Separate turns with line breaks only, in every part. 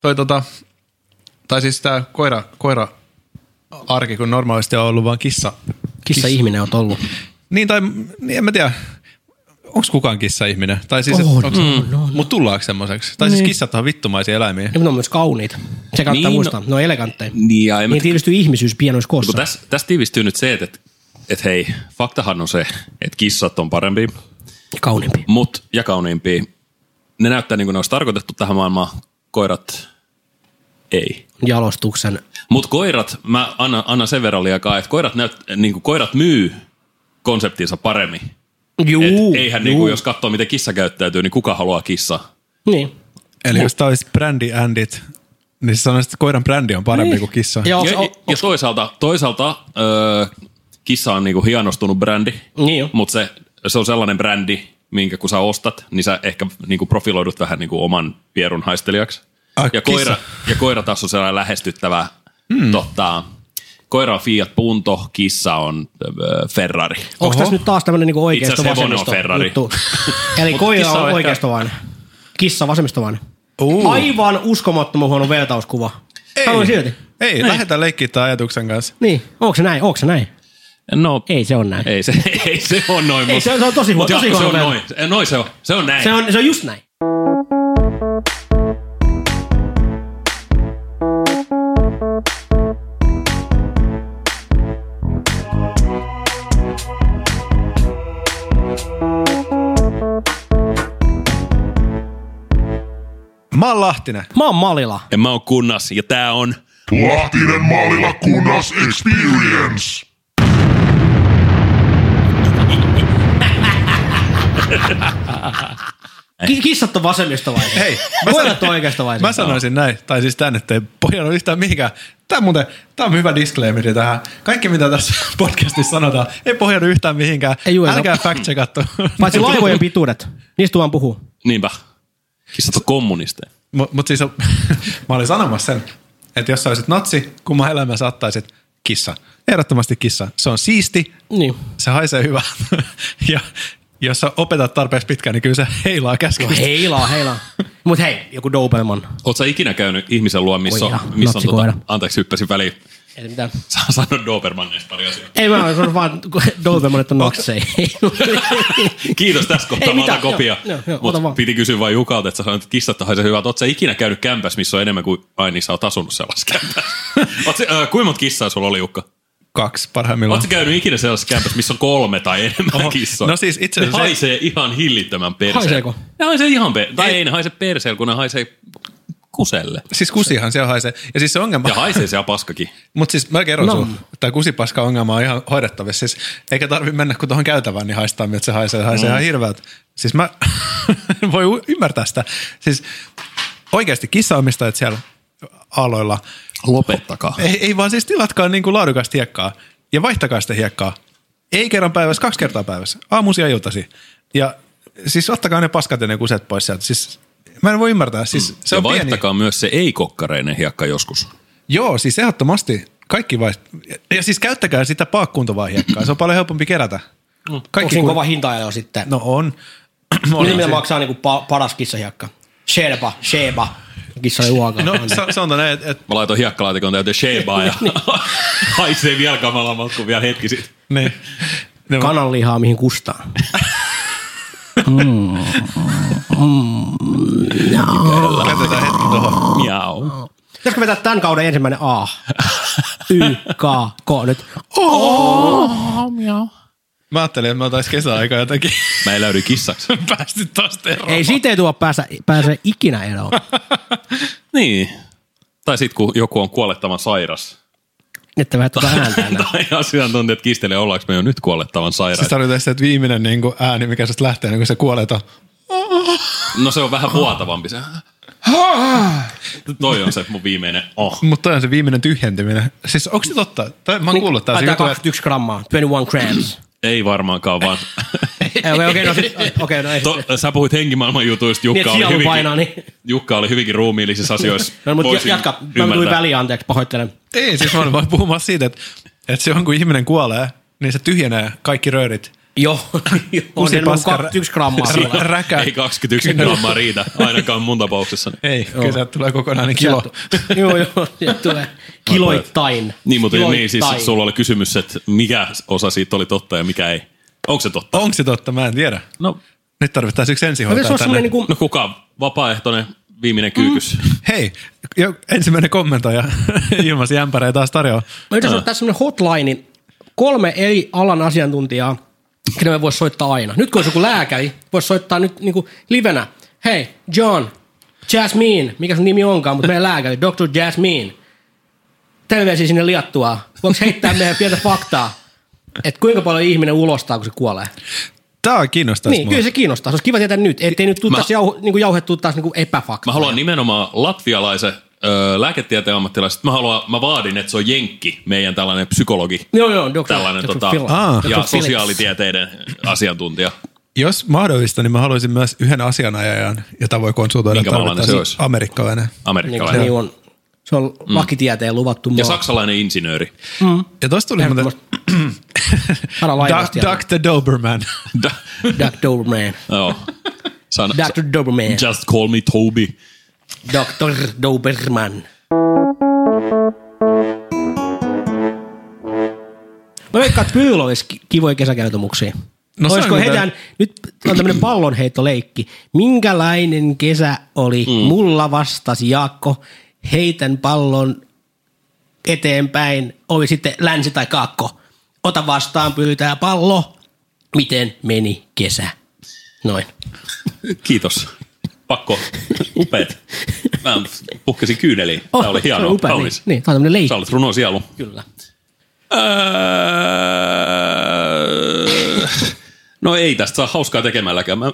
toi tota, tai siis tää koira, koira arki, kun normaalisti on ollut vaan kissa.
Kissa ihminen on ollut.
Niin tai, niin en mä tiedä, onks kukaan kissa-ihminen? Tai siis,
On,
onks,
on, on.
mut tullaanko semmoiseksi? Tai niin. siis kissat on vittumaisia eläimiä.
Ne on myös kauniita. Se kannattaa
Niin,
niin, muistaa. Ne on elegantteja.
Niin, ja en mä
Niin tiivistyy ihmisyys pienoissa
Kun
koossa.
tässä, tässä tiivistyy nyt se, että, että, että hei, faktahan on se, että kissat on parempi,
Kauniimpi.
mut ja kauniimpi. Ne näyttää niin kuin ne olisi tarkoitettu tähän maailmaan, koirat ei.
Jalostuksen.
Mut koirat, mä annan, annan sen verran liikaa, että koirat, näyt, niin kuin koirat myy konseptinsa paremmin. Et
Juu.
eihän niin kuin, jos katsoo, miten kissa käyttäytyy, niin kuka haluaa kissa?
Niin.
Eli jos tää olisi brändi andit, niin se sanoisit, että koiran brändi on parempi niin. kuin kissa.
Ja,
ja,
ja,
ja toisaalta, toisaalta öö, kissa on niinku hienostunut brändi,
Niin jo.
mutta se, se on sellainen brändi, minkä kun sä ostat, niin sä ehkä niinku profiloidut vähän niinku oman pierun haistelijaksi.
Ah,
ja,
kissa.
koira, ja koira taas on sellainen lähestyttävä, hmm. tota, koira on Fiat Punto, kissa on öö, Ferrari.
Onko tässä nyt taas tämmöinen niinku
Itse asiassa
oikeisto
hevonen on
vasemmisto
Ferrari.
juttu? Eli koira
kissa on
on
ehkä-
oikeistovainen. Kissa vasemmistovainen.
Uu.
Aivan uskomattoman huono vertauskuva. Sanoin silti.
Ei, ei. lähdetään leikkiä tämän ajatuksen kanssa.
Niin, onko se näin? Onko se näin?
No,
Ei se on näin.
ei se, ei se on noin.
Ei,
mut-
se on- se on tosi huono-
mut
tosi
Jaakko, se on
huono
noin. Se- Noin se on, se on näin.
Se on, se on just näin.
Mä oon Lahtinen.
Mä oon Malila.
Ja mä oon kunnas, ja tää on...
Lahtinen maalilla kunnas experience.
Ki- kissat on vasemmistovainen.
Hei,
mä Koirat on oikeistovainen.
Mä sanoisin näin, tai siis tänne, ettei pojan ole yhtään mihinkään. Tämä muuten, tämä on hyvä disclaimer tähän. Kaikki mitä tässä podcastissa sanotaan, ei pohjaudu yhtään mihinkään.
Ei juuri.
Älkää fact checkattu.
Paitsi laivojen pituudet. Niistä vaan puhuu.
Niinpä. Kissat on kommunisteja.
Mutta mut siis mä olin sanomassa sen, että jos sä olisit natsi, kumma elämä saattaisit kissa. Ehdottomasti kissa. Se on siisti,
Niin.
se haisee hyvältä. ja jos sä opetat tarpeeksi pitkään, niin kyllä se heilaa käskystä.
No Heilaa, heilaa. Mut hei, joku Doberman.
Oot sä ikinä käynyt ihmisen luo, missä
Koira,
on, missä on
natsikoira.
tota, anteeksi hyppäsin väliin,
Ei se mitään.
sä oon sanonut Dobermanneista pari asiaa.
Ei mä oon sanonut vaan, no. kun Dobermanit on noksei.
Kiitos tässä kohtaa,
Ei
mä otan
mitään,
kopia.
joo, joo, joo, ota vaan.
Mut piti kysyä vain Jukalta, että sä sanoit, että kissat haisee hyvältä. Oot sä ikinä käynyt kämpässä, missä on enemmän kuin ai niin sä oot asunut sellaisessa kämpässä? Oot sä, äh, kuinka monta kissaa sulla oli, Jukka?
Kaksi
Oot
parhaimmillaan.
sä käynyt ikinä sellaisessa kämpässä, missä on kolme tai enemmän
Oho.
kissaa?
No siis itse asiassa
Ne
se-
haisee ihan hillittömän perseen.
Haiseeko?
Ne haisee ihan per... Tai ei ne haise perseen, kun ne haisee kuselle.
Siis kusihan siellä haisee. Ja siis se ongelma...
Ja haisee siellä paskakin.
Mutta siis mä kerron no.
No.
sun, tämä kusipaska ongelma on ihan hoidettavissa. Siis, eikä tarvi mennä kun tuohon käytävään, niin haistaa, miltä se haisee. Haisee mm. ihan hirveältä. Siis mä voi u- ymmärtää sitä. Siis oikeasti kissaomistajat siellä aloilla,
Lopettakaa.
ei, ei vaan siis tilatkaa niin kuin laadukasta hiekkaa ja vaihtakaa sitä hiekkaa. Ei kerran päivässä, kaksi kertaa päivässä. Aamusi ja iltasi. Ja siis ottakaa ne paskat ja ne kuset pois sieltä. Siis mä en voi ymmärtää. Siis, se
Mm. ja
on pieni.
vaihtakaa myös se ei-kokkareinen hiekka joskus.
Joo, siis ehdottomasti. Kaikki vai... Ja siis käyttäkää sitä paakkuuntovaihiekkaa. Se on paljon helpompi kerätä.
Onko
Kaikki
siinä kova hinta jo sitten?
No on.
Mitä
on
mitä
siinä.
maksaa niinku pa- paras kissahiakka? Sherpa, Sheba. Kissa oli uokaa.
No sa- sanotaan näin, että et,
Mä laitoin hiekkalaatikon täyteen shebaa ja haisee vielä kamalammat kuin vielä hetki sitten.
niin. Ne on-
Kananlihaa, mihin kustaa.
käytetään hetki tuohon.
Miau.
Pitäisikö vetää tämän kauden ensimmäinen A? Y, K, K nyt.
Mä ajattelin, että mä otais kesäaikaa jotenkin
Mä en löydy kissaksi.
päästy tosta eroon.
Ei siitä ei tuo päästä, pääse ikinä eroon.
niin. Tai sitten kun joku on kuolettavan sairas.
Että vähän tuota ääntä enää.
tai asiantuntijat kistelee, ollaanko me jo nyt kuolettavan sairas.
Siis tarvitaan sitä, että viimeinen niin kuin ääni, mikä sieltä lähtee, niin kun se kuolet on.
No se on vähän vuotavampi se. Toi on se mun viimeinen oh.
Mutta toi on se viimeinen tyhjentyminen. Siis onko se totta? Tai, mä oon kuullut
Niin,
tällaisen
Ai, tää
jutun, että
21 grammaa, 21 grams.
Ei varmaankaan vaan.
Ei, Okei, okei, no sit, okei, no ei.
To, sä puhuit henkimaailman jutuista,
Niin,
Jukka,
että
oli,
sielu
hyvinkin,
painaa, niin.
Jukka oli hyvinkin ruumiillisissa asioissa.
No, mutta
Voisin
jatka, mä tulin
ymmärtää.
väliin, anteeksi, pahoittelen.
Ei, siis mä olin vaan puhumassa siitä, että, että se on, kun ihminen kuolee, niin se tyhjenee kaikki röörit.
Joo, joo.
Kusi
on
paska-
21 grammaa.
Siinä on räkä.
Ei 21 grammaa riitä, ainakaan mun tapauksessani.
Ei, kyllä sieltä tulee kokonainen kilo.
joo, joo, sieltä tulee kiloittain.
Niin, mutta niin, siis
Kiloittain.
sulla oli kysymys, että mikä osa siitä oli totta ja mikä ei. Onko se totta?
Onko se totta? Mä en tiedä.
No,
Nyt tarvittaisiin yksi
No pitäisi
ensihoitaja tänne.
olla
Niin
semmoinen niin
kuin...
kuin,
no kuka vapaaehtoinen viimeinen kyykys? Mm.
Hei, jo, ensimmäinen kommentoija ilmaisi jämpäreitä taas tarjoaa.
mä yritän sanoa tässä semmoinen hotline, niin kolme eri alan asiantuntijaa, kenelle me voisi soittaa aina. Nyt kun olisi joku lääkäri, voisi soittaa nyt niin kuin livenä. Hei, John, Jasmine, mikä sun nimi onkaan, mutta meidän lääkäri, Dr. Jasmine. Terveisiä sinne liattua. Voiko heittää meidän pientä faktaa, että kuinka paljon ihminen ulostaa, kun se kuolee?
Tämä kiinnostaisi
Niin,
mua.
kyllä se kiinnostaa. Se olisi kiva tietää nyt, ettei nyt tule
Mä-
taas jauh, niin kuin jauhettua taas niin kuin
Mä
epäfaktaa.
haluan nimenomaan latvialaisen öö, lääketieteen ammattilaisen. Mä, haluan, mä vaadin, että se on jenkki, meidän tällainen psykologi.
Joo, joo, Dr.
Tällainen
Dr.
tota,
Phil-
Aa.
Dr.
ja
Phillips.
sosiaalitieteiden asiantuntija.
Jos mahdollista, niin mä haluaisin myös yhden asianajajan, jota voi konsultoida
Minkä maalainen se
tarvittaessa.
olisi?
amerikkalainen.
Niin kuin se
amerikkalainen.
niin on. Se on lakitieteen luvattu
Mm. ja
maa.
saksalainen insinööri.
Ja tosta tuli muuten
Älä laivasta.
Da- Dr. Doberman.
Da,
Dr. Doberman.
joo. San,
Dr. Doberman.
just call me Toby.
Dr. Doberman. Mä veikkaan, että Pyyl olisi ki- kivoja kesäkertomuksia.
No
No,
se on
Olisiko
kyllä-
heidän, nyt on tämmöinen pallonheittoleikki. Minkälainen kesä oli? Mm. Mulla vastasi Jaakko, heitän pallon eteenpäin, oli sitten länsi tai kaakko. Ota vastaan, pyytää pallo. Miten meni kesä? Noin.
Kiitos. Pakko. Upeet. Mä puhkesin kyyneliin. Tämä oli hienoa.
Se on upea, niin,
Kaunis.
niin, tämä on tämmöinen
Sä
leikki.
olet runo sielu.
Kyllä.
Öö, No ei tästä saa hauskaa tekemälläkään. Mä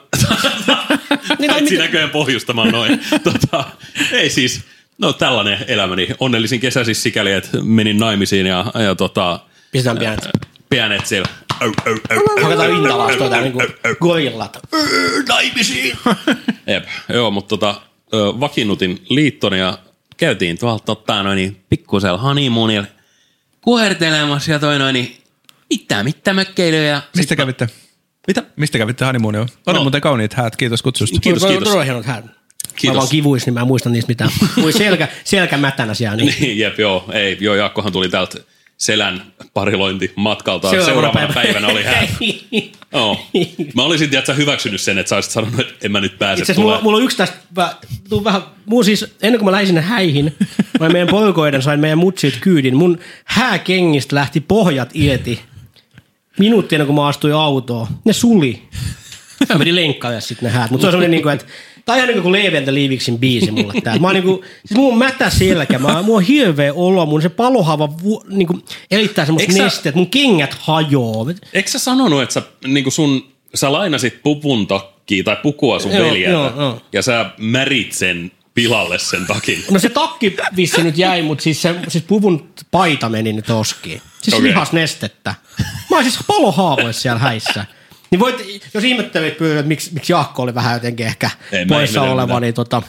Niin, no,
etsin
mitä-
näköjään pohjustamaan noin. Tota, ei siis, no tällainen elämäni. Onnellisin kesä siis sikäli, että menin naimisiin ja, ja tota,
Pistetään pienet.
pianet siellä. Au, au, au, au,
Hakataan
au,
rintalaan
au,
tuota
au,
niinku
au, au.
gorillat.
naimisiin. Jep, joo, mutta tota, ö, vakiinnutin liittoni ja käytiin tuolta tota, noin niin pikkusella honeymoonilla kuhertelemassa ja toi noin niin mitä, mitä mökkeilyä. Ja
Mistä kävitte? Mitä? Mistä kävitte honeymoonia? Oli
No.
muuten kauniit häät, kiitos kutsusta.
Kiitos,
Mulla on
kiitos.
Todella hienot hän. Kiitos. Mä
Kiitos.
vaan kivuis, niin mä en muista niistä mitään. Mui selkä, selkä mätänä siellä. Niin.
Niin, jep, joo, ei, joo, Jaakkohan tuli täältä selän parilointi matkalta. Seuraavana, päivänä oli hän. Joo. Mä olisin tiedätkö, hyväksynyt sen, että sä olisit sanonut, että en mä nyt pääse
Itse asiassa
tulee.
mulla, mulla, on yksi tästä, mä, tuun vähän, mun siis, ennen kuin mä lähdin sinne häihin, mä meidän poikoiden sain meidän mutsit kyydin, mun hääkengistä lähti pohjat irti. Minuutti ennen kuin mä astuin autoon. Ne suli. Mä menin lenkkaille sitten ne häät, mutta se on semmoinen niinku, että Tää on ihan niinku Leevieltä Liiviksin biisi mulle tää. Mä oon niinku, siis mulla on mätä selkä, mä, mulla on hirveä olo, mun se palohava vu, niinku erittää semmoista
Eikö sä-
nesteet, mun kengät hajoaa.
Eikö sä sanonut, että sä, niin sun, sä lainasit pupun takkiin tai pukua sun
Joo,
veljeltä
joo, joo.
ja sä märit sen pilalle sen takin?
No se takki vissi nyt jäi, mutta siis, se, siis puvun paita meni nyt oskiin. Siis okay.
Okei.
lihasnestettä. Mä oon siis palohaavoissa siellä häissä. Niin voit, jos ihmettelit, pyydät, että miksi, miksi Jaakko oli vähän jotenkin ehkä
Ei, mä
poissa
ihmetellä
oleva,
mitään.
niin tota,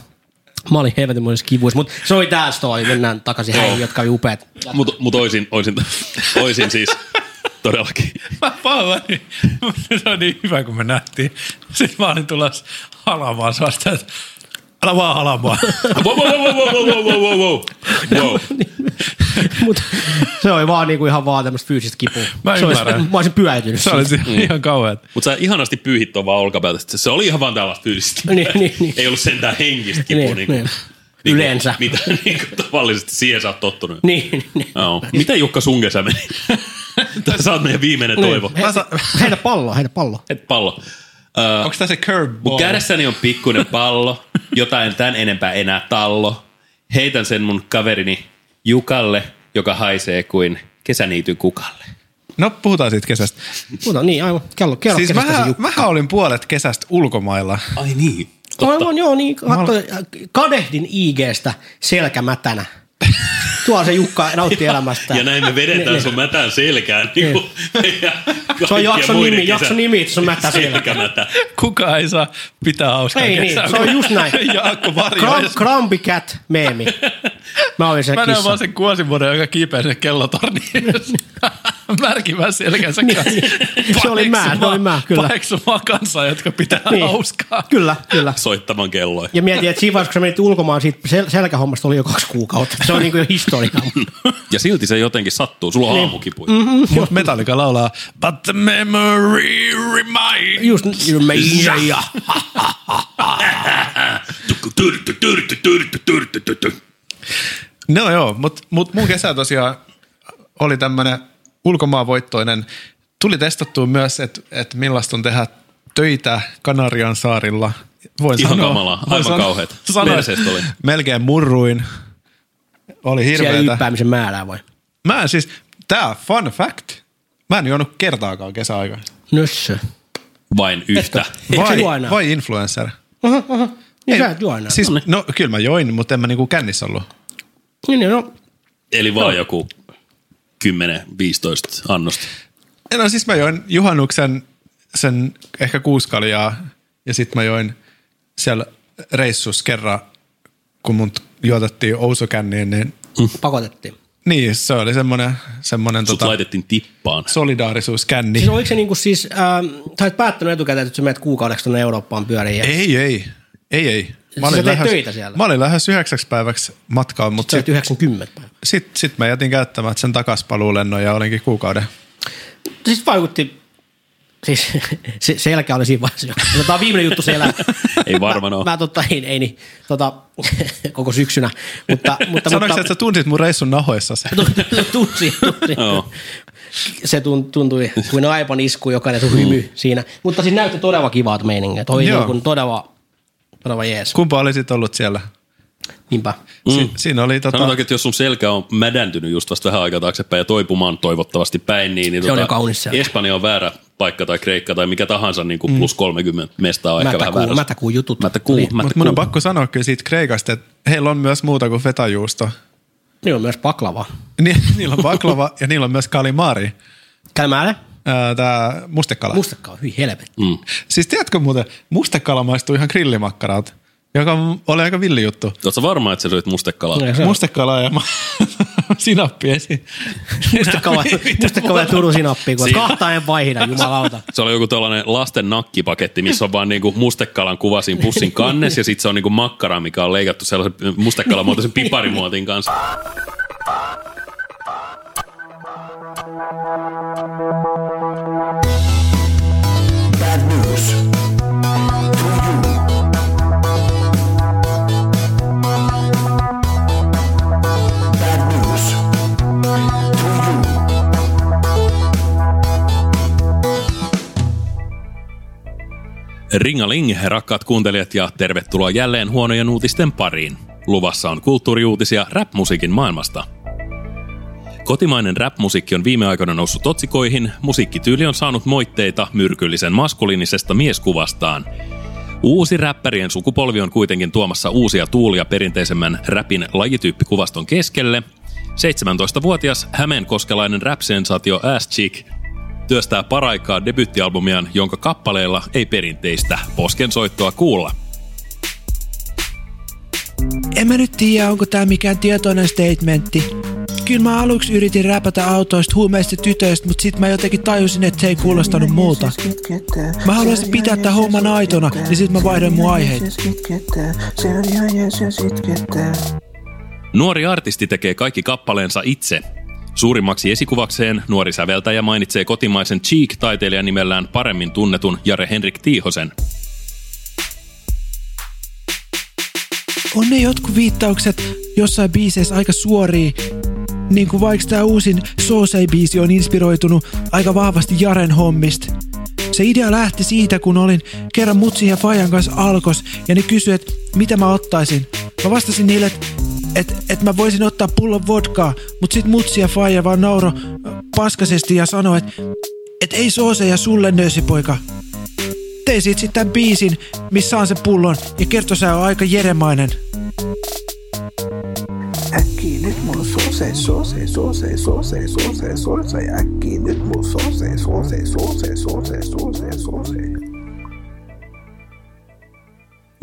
mä olin helvetin monissa kivuissa. Mutta se oli tää story, mennään takaisin häihin, jotka oli upeat.
Mutta mut oisin, oisin, oisin siis todellakin.
Mä palani. Se on niin hyvä, kun me nähtiin. Sitten mä olin tulossa halamaan sellaista, että älä vaan halamaan.
Wow, wow, wow, wow, wow, wow, wow, wow. wow.
Mut se oli vaan niinku ihan vaan tämmöistä fyysistä kipua.
Mä
se olisi,
ymmärrän.
mä olisin pyöäytynyt.
Se
siitä.
oli mm. ihan kauheat.
Mutta sä ihanasti pyyhit tuon vaan olkapäätä. Se- Se oli ihan vaan tällaista fyysistä.
Niin, niin, niin.
Ei ollut sentään henkistä kipua.
Niin,
Niin, niin,
niin. Yleensä.
Mitä niin kuin, tavallisesti siihen sä oot tottunut.
Niin, niin.
Joo. Mitä Jukka sun kesä meni? sä oot meidän viimeinen toivo.
He, heitä pallo, heitä pallo.
Et pallo.
Onko tämä se curveball?
Mun kädessäni on pikkuinen pallo, jota en tämän enempää enää tallo. Heitän sen mun kaverini Jukalle, joka haisee kuin kesäniity kukalle.
No puhutaan siitä kesästä.
Muuta, niin aivan. Kello, kerro
siis
kesästä se
mähän,
juttu.
mähän olin puolet kesästä ulkomailla.
Ai niin.
Aivan, joo, niin katso, kadehdin IGstä selkämätänä. Tuolla se Jukka nautti elämästä.
Ja näin me vedetään sun mätään selkään. Niin kuin meidän
Se on
kaikkien
jakson
muiden
nimi,
kesä-
jakson nimi, että se on mätä selkä.
Selkämätä.
Kuka ei saa pitää hauskaa
Ei niin,
kesää.
se on just näin.
Jaakko varjoi.
Kram, Krambi Cat meemi. Mä olin se
Mä näen
kissa.
vaan sen kuosimuodon, joka kiipeää sinne kellotorniin. Mä märkimään selkänsä
Niin.
kanssa.
Se oli mä, se oli mä, kyllä.
Paheksumaan kansaa, jotka pitää
Niin.
niin. hauskaa.
Kyllä, kyllä.
soittamaan kelloja.
Ja mietin, että siinä vaiheessa, kun sä menit ulkomaan, siitä sel- selkähommasta oli jo kaksi kuukautta. Se on niin kuin jo historiaa.
Ja silti se jotenkin sattuu. Sulla
Niin.
on aamukipuja.
Mhm.
Mutta Metallica laulaa But the memory reminds
Just niin, you may ja.
No joo, mutta mut mun kesä tosiaan oli tämmöinen ulkomaanvoittoinen. Tuli testattua myös, että et millaista on tehdä töitä Kanarian saarilla. Voin
Ihan
sanoa,
kamalaa,
voin
aivan
sanoa-
kauheat.
sanoa,
Perseestä oli.
Melkein murruin. Oli
Siellä
hirveetä.
yppäämisen määrää vai?
Mä en siis, tää fun fact, mä en juonut kertaakaan kesäaikaan.
Nössö.
Vain yhtä.
Eikö sä
Vai,
juo enää?
vai influencer.
Niin sä et juo enää.
Siis, no kyllä mä join, mutta en mä niinku kännissä ollut.
Niin, niin, no,
Eli vaan joku 10-15 annosta.
No siis mä join juhannuksen sen ehkä kuusi kaljaa ja sit mä join siellä reissus kerran, kun mun juotettiin Ousokänniin, niin,
pakotettiin.
niin se oli semmonen, semmonen
Sut
tota,
laitettiin tippaan.
solidaarisuuskänni.
Siis oliko se niinku siis, ähm, sä oot päättänyt etukäteen, että sä menet kuukaudeksi tuonne Eurooppaan pyöriin. Ja...
Ei, ei, ei, ei.
sä teit töitä siellä?
mä olin lähes yhdeksäksi päiväksi matkaan, mutta
Sä oot
sitten
90 päivää.
sit, sit mä jätin käyttämättä sen takaspaluulennon ja olinkin kuukauden.
Siis vaikutti, siis se, selkä oli siinä vaiheessa. jo. Mutta Tämä on viimeinen juttu siellä.
Ei varmaan
mä,
oo.
mä totta, ei, ei niin, tota, koko syksynä. Mutta,
Sanoitko
mutta,
sä,
mutta,
että sä tunsit mun reissun nahoissa sen?
tunsi, tunsi.
Joo.
Se tun- tuntui kuin aipan isku, jokainen sun
Mm.
hymy siinä. Mutta siis näytti todella kivalta meininkiä. Toi
Joo.
niin kuin todella, todella jees.
Kumpa olisit ollut siellä?
Niinpä.
Mm. Si- siinä oli tota...
Sanotaanko, että jos sun selkä on mädäntynyt just vasta vähän aikaa taaksepäin ja toipumaan toivottavasti päin, niin, niin
Se on jo kaunis selkä.
Espanja on väärä paikka tai Kreikka tai mikä tahansa, niin
Mm.
kuin plus 30 mestaa on ehkä vähän
Mätäkuu,
väärässä.
mätäkuu jutut.
Mätäkuu,
Niin.
Mutta mun on
mätäkuu.
pakko sanoa kyllä siitä Kreikasta, että heillä on myös muuta kuin fetajuusto.
Niin on myös paklava.
Ni, niillä on baklava ja niillä on myös kalimaari,
Kälmäälle.
tämä mustekala. Must-
Mustekka on hyi helvetti.
Mm.
siis tiedätkö muuten, mustekala maistuu ihan grillimakkaralta, joka on- oli aika villi juttu.
Oletko varma, että sä syöt mustekalaa?
Niin, se on.
Mustekala ja ma- Siis sinappi esiin.
Mustekala, mustekala ja Turun sinappi, kun
Siinä-
kahta en vaihda, jumalauta.
Se oli joku tällainen lasten nakkipaketti, missä on vaan niinku mustekalan kuva siinä pussin kannessa ja sitten se on niinku makkara, mikä on leikattu sellaisen mustekalan muotoisen piparimuotin kanssa.
bad news to you. Bad news to you.
Ringaling, rakkaat kuuntelijat ja tervetuloa jälleen huonojen uutisten pariin. Luvassa on kulttuuriuutisia rap-musiikin maailmasta. Kotimainen rap-musiikki on viime aikoina noussut otsikoihin, musiikkityyli on saanut moitteita myrkyllisen maskuliinisesta mieskuvastaan. Uusi räppärien sukupolvi on kuitenkin tuomassa uusia tuulia perinteisemmän räpin lajityyppikuvaston keskelle. 17-vuotias hämeenkoskelainen rap-sensaatio Ass Chick työstää paraikaa debyttialbumiaan, jonka kappaleilla ei perinteistä poskensoittoa kuulla.
En mä nyt tiedä, onko tää mikään tietoinen statementti. Kyllä mä aluksi yritin räpätä autoista huumeista ja tytöistä, mut sit mä jotenkin tajusin, että se ei kuulostanut multa.
Mä haluaisin pitää tämän homman aitona, niin sit mä vaihdan mun aiheita.
Nuori artisti tekee kaikki kappaleensa itse. Suurimmaksi esikuvakseen nuori säveltäjä mainitsee kotimaisen Cheek-taiteilijan nimellään paremmin tunnetun Jare Henrik Tiihosen.
On ne jotkut viittaukset jossain biiseissä aika suoria, niin kuin vaikka tää uusin Soosei-biisi on inspiroitunut aika vahvasti Jaren hommista. Se idea lähti siitä, kun olin kerran mutsin ja Fajan kanssa alkos, ja ne kysyi, että mitä mä ottaisin. Mä vastasin niille, että et, et mä voisin ottaa pullon vodkaa, mut sit mutsi ja Faija vaan nauro ö, paskasesti ja sanoi, että et ei sooseja sulle nöösipoika. Tein sit sitten tämän biisin, missä on se pullon, ja kertosää on aika jeremainen.
Äkkiä nyt mulla soosee, soosee, soosee, soosee, soosee, soosee, äkkiä nyt mulla soosee, soosee, soosee, soosee, soosee, soosee.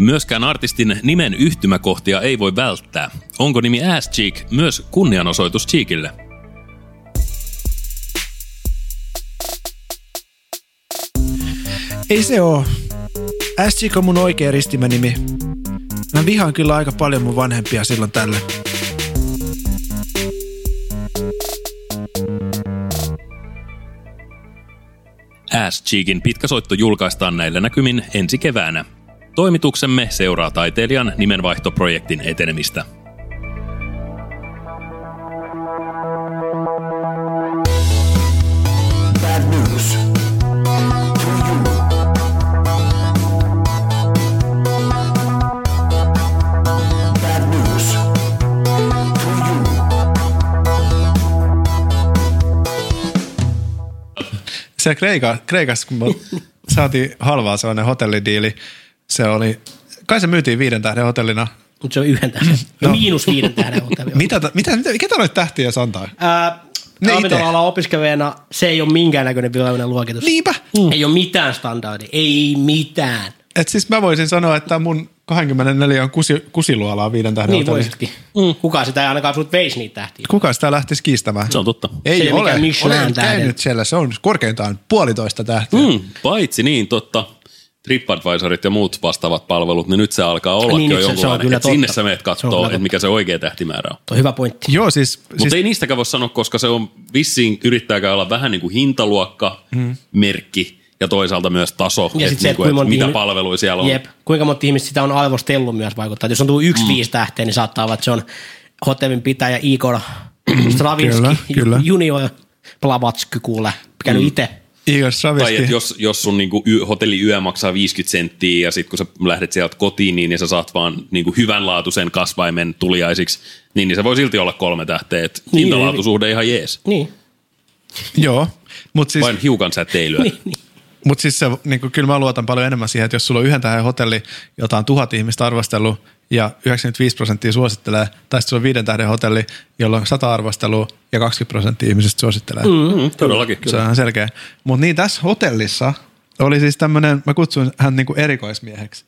Myöskään artistin nimen yhtymäkohtia ei voi välttää. Onko nimi Ass Cheek myös kunnianosoitus Cheekille?
Ei se oo. SJK on mun oikea ristimänimi. Mä vihaan kyllä aika paljon mun vanhempia silloin tällä.
Ass Cheekin pitkä soitto julkaistaan näillä näkymin ensi keväänä. Toimituksemme seuraa taiteilijan nimenvaihtoprojektin etenemistä.
Bad news to you. Bad news to you.
Siellä Kreika, Kreikassa, kun me saatiin halvaa sellainen hotellidiili, se oli, kai se myytiin viiden tähden hotellina.
Mutta se on yhden tähden. No. Miinus viiden tähden hotelli.
Mitä, ta- mitä, mitä ketä noita tähtiä jos antaa?
Ää,
Ne
Ravintola-alan opiskelijana se ei ole minkäännäköinen virallinen luokitus.
Niinpä.
Mm. Ei ole mitään standardia. Ei mitään.
Et siis mä voisin sanoa, että mun 24 on kusi, kusiluolaa viiden tähden
Niin
hotelli.
voisitkin. Kukaan sitä ei ainakaan sut veisi niitä tähtiä.
Kuka sitä lähtisi kiistämään?
Se on totta.
Ei
Se ei ole
ole.
mikään Michelin
Olen
tähden.
käynyt siellä. Se on korkeintaan puolitoista tähteä.
Mm, paitsi niin, totta. TripAdvisorit ja muut vastaavat palvelut, niin nyt se alkaa olla
Niin,
niin, jo
nyt se- se on
jonkunlainen.
kyllä
Et sinne
totta.
sä meet
Se on kyllä
kattoo, että
totta.
mikä se oikea tähtimäärä on.
Tuo on hyvä pointti.
Joo, siis,
Mutta
siis
ei niistäkään voi sanoa, koska se on vissiin yrittääkään olla vähän niin kuin hintaluokka, mm. merkki ja toisaalta myös taso,
Ja
että
sitten se,
niin
että
kuin,
kuinka
et
monta
mitä
ihmi-
palveluja siellä on.
Jep. Kuinka monta ihmistä sitä on aivostellut myös vaikuttaa. Et Jos on tullut yksi mm. viisi tähteä, niin saattaa olla, että se on hotellin pitäjä Igor Stravinsky,
Kyllä, kyllä.
junior Blavatsky kuule, käynyt mm. itse.
Igor
Tai
niin.
Stravinsky.
että jos, jos sun niinku y- hotelliyö maksaa 50 senttiä ja sitten kun sä lähdet sieltä kotiin, niin, niin sä saat vaan niinku hyvänlaatuisen kasvaimen tuliaisiksi, niin, niin se voi silti olla kolme tähteä. Et
Niin,
hintalaatusuhde ihan jees.
Niin.
Joo, mutta siis,
Vain hiukan säteilyä.
mut siis se, niin kuin, kyllä mä luotan paljon enemmän siihen, että jos sulla on yhden tähän hotelli, jota on tuhat ihmistä arvostellut ja 95 prosenttia suosittelee, tai sitten sulla on viiden tähden hotelli, jolla on 100 arvostelua ja 20 prosenttia ihmisistä suosittelee. Mm.
Mm, todellakin.
Se on ihan selkeä. Mutta niin tässä hotellissa oli siis tämmöinen, mä kutsun hän niinku erikoismieheksi.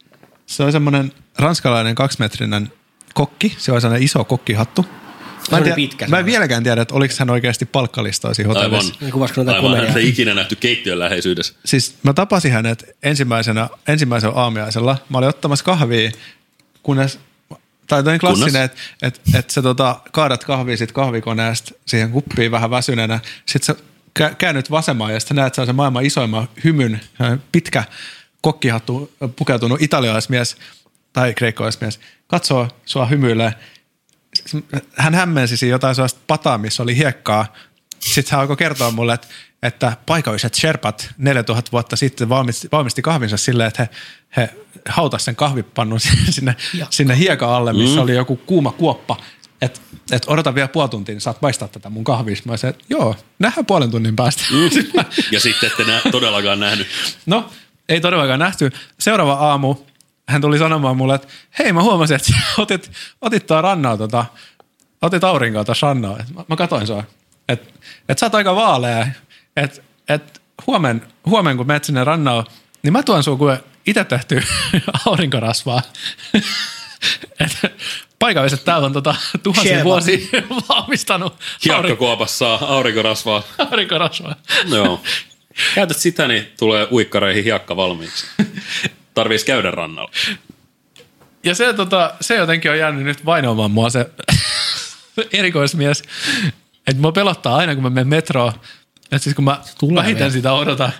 Se on semmoinen ranskalainen kaksimetrinen kokki, se on sellainen iso kokkihattu. Mä en,
oli
tiedä,
pitkä
mä en
se.
vieläkään tiedä, että oliko hän oikeasti palkkalistoa siinä
Aivan.
hotellissa.
Niin kuvasko noita
Aivan. Hän
komediaa?
ei ikinä nähty keittiön läheisyydessä.
Siis mä tapasin hänet ensimmäisenä, ensimmäisellä aamiaisella. Mä olin ottamassa kahvia, kunnes, tai toinen klassinen, että et, et sä tota, kaadat kahvia siitä kahvikoneesta siihen kuppiin vähän väsyneenä. Sitten sä kä- käännyt vasemmaan ja sitten näet sen maailman isoimman hymyn, sellainen pitkä kokkihattu pukeutunut italialaismies tai kreikkalaismies, katsoo sua hymyilee hän hämmensi siinä jotain sellaista pataa, missä oli hiekkaa. Sitten hän alkoi kertoa mulle, että, että paikalliset sherpat 4000 vuotta sitten valmisti, valmisti kahvinsa silleen, että he, he hautas sen kahvipannun sinne, sinne hiekan alle, missä mm. oli joku kuuma kuoppa. Että et odota vielä puoli tuntia, niin saat paistaa tätä mun kahvia. Mä sanoin, että joo, nähdään puolen tunnin päästä. Mm.
Ja sitten ette nä- todellakaan nähnyt.
No, ei todellakaan nähty. Seuraava aamu hän tuli sanomaan mulle, että hei mä huomasin, että sä otit, otit tuon rannaa tota, otit aurinkoa tuossa rannaa. Et Mä, mä katoin sua. Että et sä oot aika vaalea. Että et huomen, huomen, kun menet sinne rannaa, niin mä tuon sun kuin itse tehty aurinkorasvaa. Et paikalliset täällä on tota, tuhansia
Sheva.
vuosia valmistanut aurinko,
Hiakkakuopassa aurinkorasvaa.
aurinkorasvaa.
Joo. Käytät sitä, niin tulee uikkareihin hiakka valmiiksi. Tarviis käydä rannalla.
Ja se, tota, se jotenkin on jäänyt nyt vainoamaan mua se erikoismies. Että mua pelottaa aina, kun mä menen metroon. Että siis kun mä
tulee
vähiten
vielä.
sitä odotan,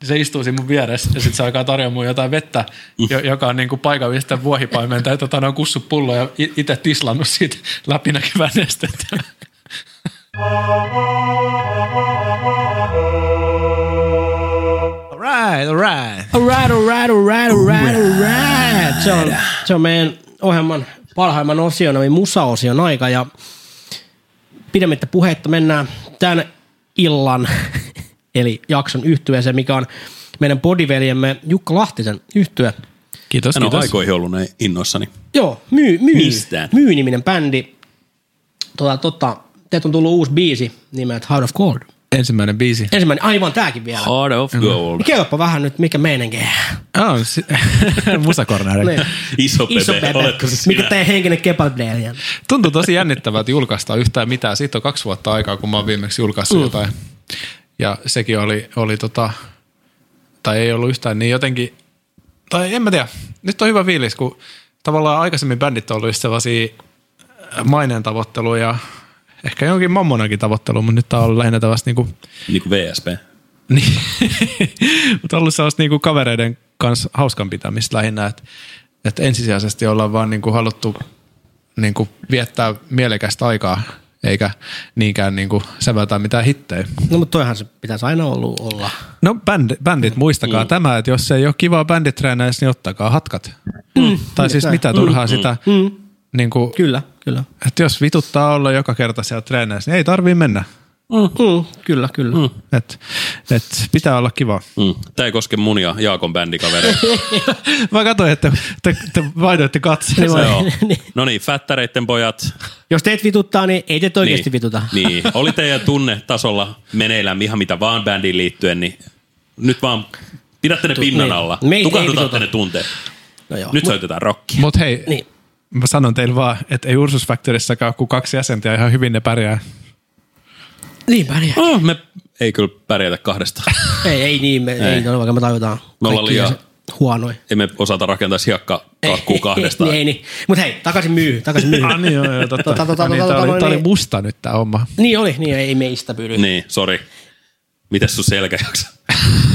niin se istuu siinä mun vieressä ja sitten se alkaa tarjoamaan mun jotain vettä, jo, joka on niinku paikallista vuohipaimenta. Ja tota, ne on kussut pullo ja itse tislannut siitä läpinäkyvää nestettä.
Alright, alright.
Alright, alright, alright, alright, alright. Se on, se on meidän ohjelman parhaimman osion, eli musaosion aika. Ja pidemmittä puheitta mennään tämän illan, eli jakson yhtyeeseen, mikä on meidän podiveljemme Jukka Lahtisen yhtye.
Kiitos,
Hän on aikoihin ollut näin innoissani.
Joo, myy, myy,
Mistään.
myyniminen bändi. Tota, tota, teet on tullut uusi biisi nimeltä Heart of Gold.
Ensimmäinen biisi.
Ensimmäinen, aivan tääkin vielä.
Heart of gold.
Niin Kerropa vähän nyt, mikä meininki.
Ah, si- musakornari.
Niin.
Iso bebe,
Iso bebe.
oletko siis se sinä?
Mikä teidän henkinen kebabdeelian?
Tuntuu tosi jännittävää, että julkaistaan yhtään mitään. Siitä on kaksi vuotta aikaa, kun mä oon viimeksi julkaissut mm. jotain. Ja sekin oli, oli tota, tai ei ollut yhtään, niin jotenkin, tai en mä tiedä, nyt on hyvä fiilis, kun tavallaan aikaisemmin bändit on ollut just sellaisia äh, maineen tavoittelua ja ehkä jonkin mammonakin tavoittelu, mutta nyt tää on ollut lähinnä tällaista niinku,
Niin kuin VSP.
niin, mutta ollut sellaista niinku kavereiden kanssa hauskan pitämistä lähinnä, että, että ensisijaisesti ollaan vaan niinku haluttu niinku viettää mielekästä aikaa, eikä niinkään niinku sävätä mitään hittejä.
No mutta toihan se pitäisi aina ollut olla.
No bänd, bändit, muistakaa mm. tämä, että jos ei ole kivaa bänditreenäis, niin ottakaa hatkat. Mm. Tai siis mitä turhaa mm. sitä, mm. Niin kuin,
Kyllä, kyllä.
että jos vituttaa olla joka kerta siellä treenäis, niin ei tarvii mennä.
Mm, kyllä, kyllä. Mm.
Et, et pitää olla kiva.
Mm. Tämä ei koske mun ja Jaakon bändikavereita.
Mä katsoin, että te, te vaihdoitte katseen.
Se on. No niin, fättäreitten pojat.
Jos teet vituttaa, niin ei teet oikeasti niin. vituta.
Niin, oli teidän tunnetasolla meneillään ihan mitä vaan bändiin liittyen, niin nyt vaan pidätte ne pinnan
niin.
alla.
Me ei- ei
Tukahdutatte
pidota.
ne tunteet.
No joo.
Nyt soitetaan rockia.
Mut hei, niin.
Niin.
mä sanon teille vaan, että ei Ursus Factorissakaan ole kuin kaksi jäsentä ja ihan hyvin ne pärjää.
Niin pärjää.
Oh, me ei kyllä pärjätä kahdesta.
Ei, ei niin, me, ei, ei vaikka me tajutaan.
Oh. Me ollaan
kaikki
liian-
jäsen- huonoja.
Ei me osata rakentaa siakkakakkuu kahdesta.
niin, ei niin. Mut hei, takaisin myyhy, takaisin myyhy.
Ah, niin, joo, joo, totta.
Tota, tota,
Ah, niin,
tota,
tää, oli,
tota,
tää oli
niin.
musta nyt tää homma.
niin oli, niin ei meistä pyydy.
Niin, sori. Mites sun selkä jaksa?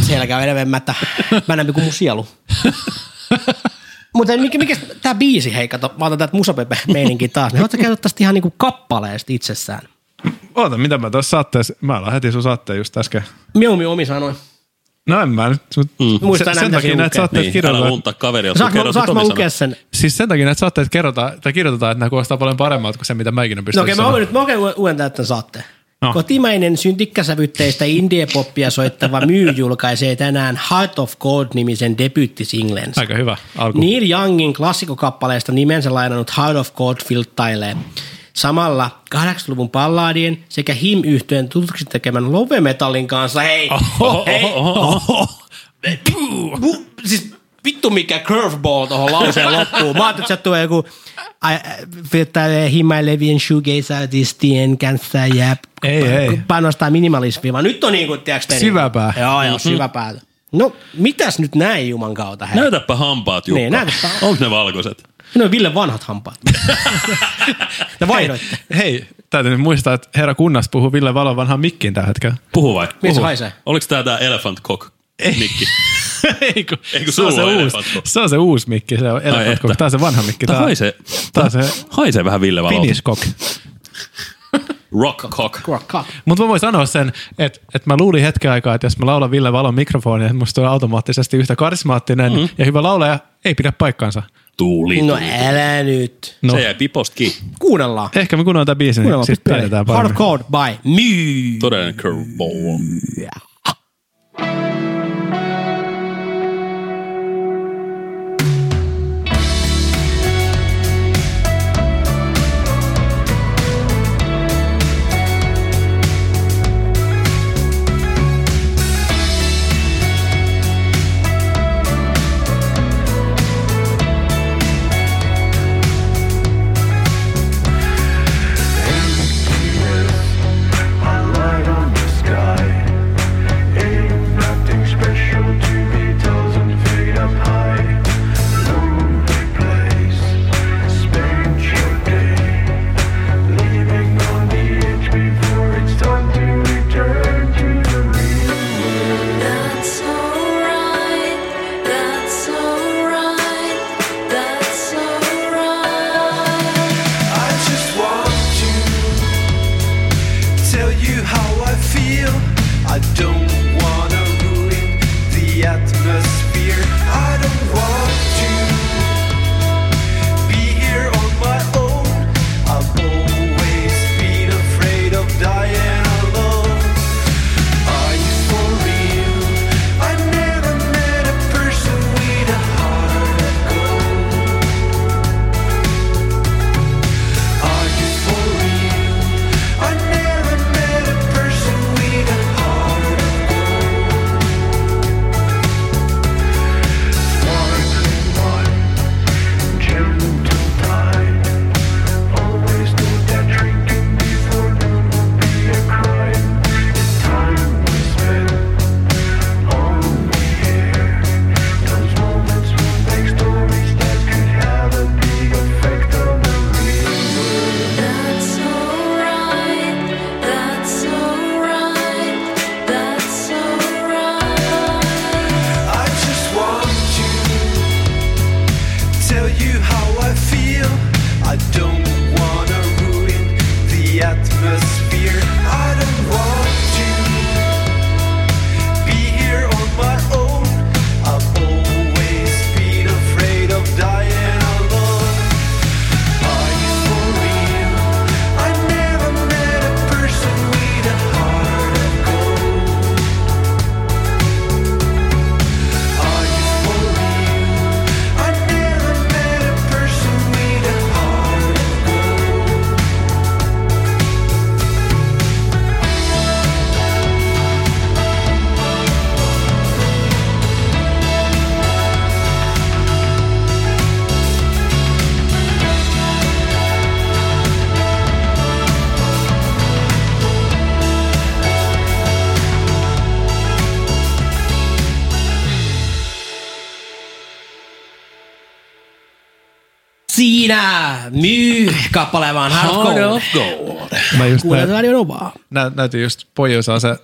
selkä on elävemmättä. Mä näin kuin mun sielu. Mutta mikä, mikä tämä biisi, hei, kato, mä otan täältä musapepe meininkin taas. Niin ootko käynyt tästä ihan niinku kappaleesta itsessään?
Oota, mitä mä tuossa saatteessa, mä lähetin sun saatteen just äsken.
Mieluummin omi sanoin.
No en mä nyt, mut mm.
Muistaa
sen,
näin,
sen takia
mitä se
näitä
lukee.
saatteet niin,
Niin, älä
kirjoitetaan.
unta kaveria, jos sä
Saanko,
kerrot,
saanko mä
Tomi
lukea sen?
Siis sen takia näitä saatteet kerrotaan, tai kirjoitetaan, että nämä kuulostaa paljon paremmalta kuin se, mitä mä ikinä
No
pystyn
okei, mä
sanomaan.
oon nyt, mä oikein luen täältä tämän saatteen.
No.
No. Kotimainen syntikkäsävytteistä indie-poppia soittava Myy julkaisee tänään Heart of God-nimisen debyyttisinglensä.
Aika hyvä alku. Niin.
Neil Youngin klassikkokappaleesta nimensä lainannut Heart of God filttailee. Samalla 80-luvun palladien sekä him yhtyeen tutuksi tekemän lovemetallin kanssa. Hei!
Oho,
hei.
oho,
Bu- Siis vittu mikä curveball tuohon lauseen loppuun. Mä ajattelin, että sieltä tulee joku "I- filttailee himmailevien shoegaze-artistien kanssa ja
Ei, ei.
panostaa minimalismiin. Vaan nyt on niin kuin, tiedätkö te,
Syväpää. Mm-hmm.
Niin, joo, joo, syväpää. No, mitäs nyt näin juman kautta? Hei?
No,
Näytäpä hampaat, Jukka.
Niin, näytäpä.
Onko ne valkoiset?
Ne on No, Ville vanhat hampaat. ja vaihdoitte.
No Hei, täytyy nyt muistaa, että herra kunnas puhuu Ville Valon vanhan mikkiin tällä hetkellä.
Puhu vai?
Miltä se
Puhu.
haisee?
Oliko tää tää Elephant Cock? Mikki.
ei kun,
Ei, kun
se, on
sulla
se,
on
uusi,
elefantko.
se on se uusi mikki, se on
että.
elefantko. Tää on se vanha mikki.
Tää
Tää,
haisee.
tää on se
Haisee vähän Ville Valolta.
finish cock.
Rock Cock.
Mutta mä voin sanoa sen, että et mä luulin hetken aikaa, että jos mä laulan Ville Valon mikrofoniin, että musta on automaattisesti yhtä karismaattinen mm. ja hyvä laulaja, ei pidä paikkaansa.
Tuuli.
No älä nyt.
No.
Se jäi pipostakin.
Kuunnellaan.
Ehkä me kuunnellaan tämä biisi, niin
Kuunnellaan
sitten
pitkälle.
tiedetään
Hard
paremmin.
of Code by Myy.
Todellinen curveball.
That's alright, that's alright, that's alright.
I just want to tell you how I feel. I don't wanna ruin the atmosphere. I don't want to be here on my own. I've always been afraid of dying alone. Are you for real? I never met a person with a heart of gold. Are you for real? I never met a person with a heart of
minä, myy kappale vaan
Heart of
hardcore.
Gold.
Mä just
Kuulet
näin,
Radio Novaa.
nä, näytin just pojoisaan se hieno,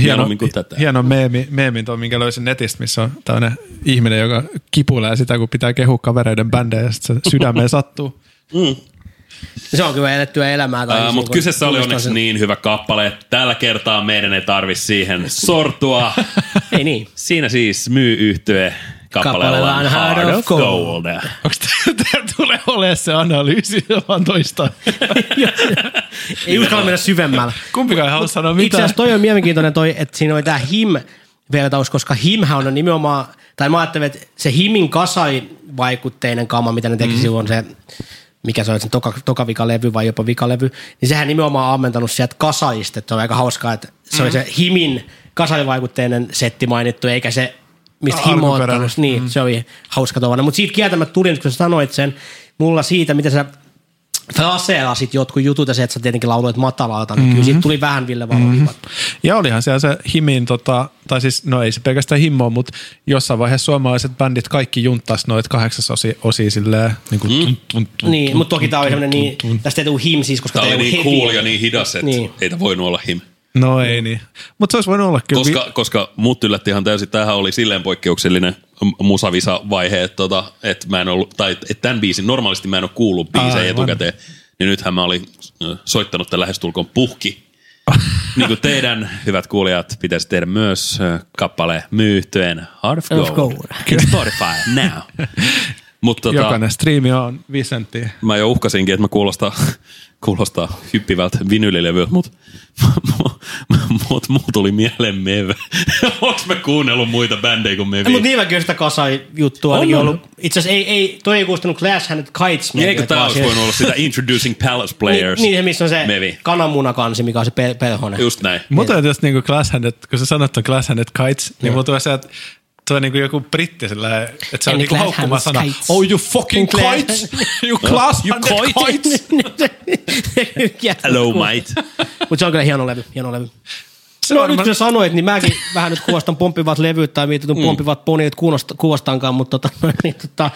Hienommin kuin tätä.
hieno meemi, meemin tuon, minkä löysin netistä, missä on tämmöinen ihminen, joka kipuilee sitä, kun pitää kehua kavereiden bändejä ja sitten se sydämeen sattuu.
Se on kyllä elettyä elämää. tai
Äh,
niin
Mutta
kuin-
kyseessä oli
tunnistaa
onneksi
sen.
niin hyvä kappale, että tällä kertaa meidän ei tarvi siihen sortua.
Ei niin.
Siinä siis myy yhtye kappaleellaan Heart of Gold.
Onko tämä tulee olemaan se analyysi, vaan toista?
Ei uskalla mennä syvemmällä.
Kumpikaan ei halua sanoa
Itse
mitään.
asiassa toi on mielenkiintoinen toi, että siinä oli tämä him-vertaus, koska himhän on nimenomaan, tai mä ajattelin, että se himin kasaivaikutteinen kama, mitä ne teki mm. silloin se, mikä se on, sen toka, toka vikalevy vai jopa vikalevy, niin sehän nimenomaan on ammentanut sieltä kasaista, että se on aika hauskaa, että se oli se himin kasaivaikutteinen setti mainittu, eikä se mistä
Al-
himo on
alkuperäinen.
ottanut. Niin, mm. se oli hauska tovana. Mutta siitä kieltämättä tuli, nyt kun sä sanoit sen, mulla siitä, mitä sä fraseerasit jotkut jutut ja se, että sä tietenkin lauloit matalalta, niin mm-hmm. kyllä siitä tuli vähän Ville Valon mm-hmm.
Ja olihan siellä se himin, tota, tai siis no ei se pelkästään himmo, mutta jossain vaiheessa suomalaiset bändit kaikki junttas noit kahdeksasosia osia silleen. Niin, kuin, tun, tun, tun,
Niin, mutta toki tää oli semmonen niin, tästä ei tule him siis, koska
Tämä
ei
oli
tule
niin
heavy.
cool ja niin hidas, että
Niin.
niin. ei tämä voinut olla him.
No ei niin. Mutta se olisi voinut olla kyllä.
Koska, koska mut yllätti ihan täysin, tämähän oli silleen poikkeuksellinen m- musavisa-vaihe, että tota, et mä en ollut, tai et tämän biisin, normaalisti mä en ole kuullut biisejä
Aivan.
etukäteen, niin nythän mä olin ö, soittanut tämän lähestulkoon puhki. niin kuin teidän, hyvät kuulijat, pitäisi tehdä myös ö, kappale myyhtyen Heart of Gold.
Gold.
In Spotify now. Mutta tota,
Jokainen striimi on viisi senttiä.
mä jo uhkasinkin, että mä kuulostaa, kuulostaa hyppivältä vinylilevyltä, mutta mut, muu tuli mieleen meve. Onks mä kuunnellut muita bändejä kuin
Ei, Mut
mevi?
niin mä kyllä sitä kasai juttua
On,
on,
on.
niin ollut. Itse asiassa ei, ei, toi ei kuulostanut Glass Hand Kites.
Niin eikö
merkiltä,
tää
vaan
olisi
siihen-
voinut olla sitä Introducing Palace Players?
Niin, niin, missä on se
Mevi.
kananmunakansi, mikä on se pel- pelhonen.
Just näin.
Mutta jos niinku Glass Handed, kun sä sanot ton Glass Handed Kites, niin mulla tulee se, että se on niinku joku britti sillä, että se on
And
niinku
glass
haukkuma
handed
sana.
kites.
Oh you fucking
Glass-
kites! You glass handed
Niin,
kites!
Hello mate.
Mutta se on kyllä hieno levy, hieno levy.
Se
no
varmaan-
nyt kun sä sanoit, niin mäkin vähän nyt kuostan pomppivat levyt tai mietin, mm. pomppivat ponit kuulosta, kuostankaan, mutta tota, niin, tota,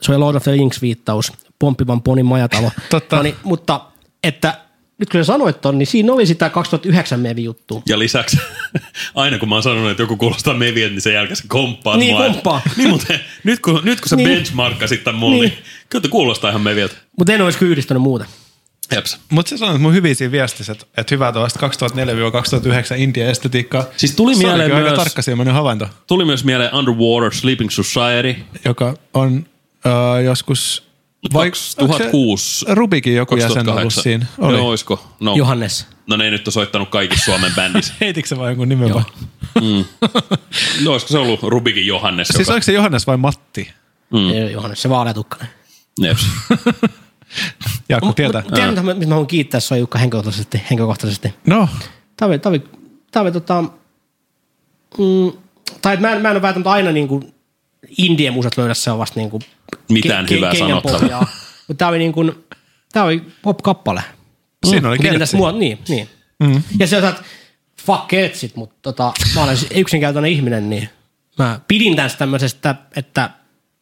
se oli Lord of the Rings viittaus, pomppivan ponin majatalo.
Totta.
No niin, mutta että nyt kun sä sanoit ton, niin siinä oli sitä 2009 mevi juttu.
Ja lisäksi, aina kun mä oon sanonut, että joku kuulostaa meviä, niin sen jälkeen se komppaa.
Niin,
mua.
komppaa.
Niin, mutta nyt kun, nyt kun sä
Niin.
niin. benchmarkkasit tämän mulle, niin.
Niin.
niin kyllä te kuulostaa ihan meviltä.
Mutta en olisi kyllä yhdistänyt muuta.
Jeps.
Mutta se sanoi, että mun hyviä siinä viestissä, että, että hyvää tuosta 2004-2009 Intian estetiikkaa.
Siis tuli
Se oli
mieleen
kyllä aika
myös-
tarkkasilmainen havainto,
Tuli myös mieleen Underwater Sleeping Society,
joka on äh, joskus... vai-
2006.
onko se Rubikin joku jäsen
2008.
ollut siinä.
Oli. Joo,
Oli.
oisko? No,
Johannes.
no ne ei nyt ole soittanut kaikissa Suomen bändissä.
Heitikö se vaan jonkun nimen vaan?
No olisiko se ollut Rubikin Johannes?
Siis
joka...
oliko se Johannes vai Matti?
Mm. Johannes, se vaaleatukkainen.
Jeps.
Jaakko tietää.
Mut Tiedän, mitä mä- mitä mä haluan kiittää sua Jukka henkilökohtaisesti. henkilökohtaisesti.
No,
Tää oli, tää oli, tää oli tota, mm, tai et mä, en- mä en ole välttämättä aina niinku indie musat löydä, se on vasta niinku
Mitään hyvää sanottavaa.
Mutta tää oli niinku, tää oli pop-kappale.
siinä oli
Miten
kertsi.
tässä mua, niin, niin. Mm. Ja sä osaat, fuck kertsit, mutta tota, mä olen yksinkertainen ihminen, niin mä pidin tästä tämmöisestä, että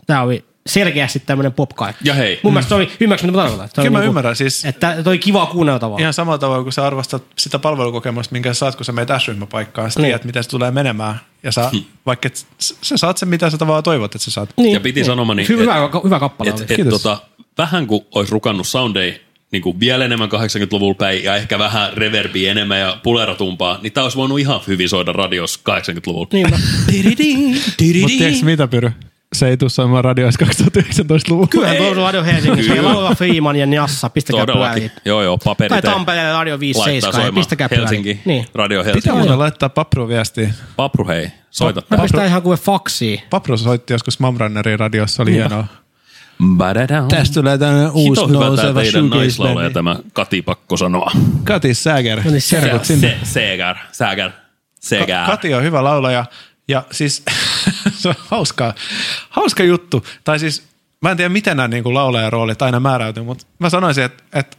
tää oli selkeästi tämmöinen pop
Ja hei. Mm.
Mun mielestä se oli, ymmärrätkö mitä mä tarkoitan? Se oli
Kyllä mä
niinku-
ymmärrän, siis-
Että toi kiva kuunneltavaa.
Ihan samalla tavalla, kun sä arvostat sitä palvelukokemusta, minkä sä saat, kun sä menet S-ryhmäpaikkaan, sä tiedät,
Niin.
miten se tulee menemään. Ja sä, vaikka et, s- sä saat sen, mitä sä tavallaan toivot, että sä saat.
Ja piti sanomani,
Niin. Hy- hyvä, hyvä kappale
Et,
oli.
et,
Kiitos.
tota, vähän kuin olisi rukannut soundei niin kuin vielä enemmän 80-luvulla päin ja ehkä vähän reverbi enemmän ja puleratumpaa, niin tämä olisi voinut ihan hyvin soida radios 80-luvulla.
Niin mä,
Mutta tiedätkö mitä, Pyry? Se ei tule soimaan radioissa 2019-luvulla.
kyllähän tuolla on Radio Helsingissä. Ja Laura Freeman ja Niassa, pistäkää
Todellakin.
pyöriin.
Joo, joo, paperi
Tai Tampereelle Radio
laittaa
572,
soimaan
pistäkää
Helsinki,
pyöriin. Niin.
Radio
Pitää
Helsinki.
muuten laittaa Papru viestiä.
Papru hei, soita.
Mä pistän ihan kuin faksiin.
Papru soitti joskus Mamrunnerin radiossa, oli hienoa.
Badadam.
tulee tämmöinen
Hito Niin. hyvä tää teidän naislaulaja, tämä Kati pakko sanoa.
Kati Säger.
No niin, se-
Terkut sinne.
Se, Segar, Sägar, Segar.
Kati on hyvä laulaja ja siis se on hauskaa, hauska juttu. Tai siis mä en tiedä, miten nämä niin laulajaroolit aina määräytyy, mutta mä sanoisin, että, että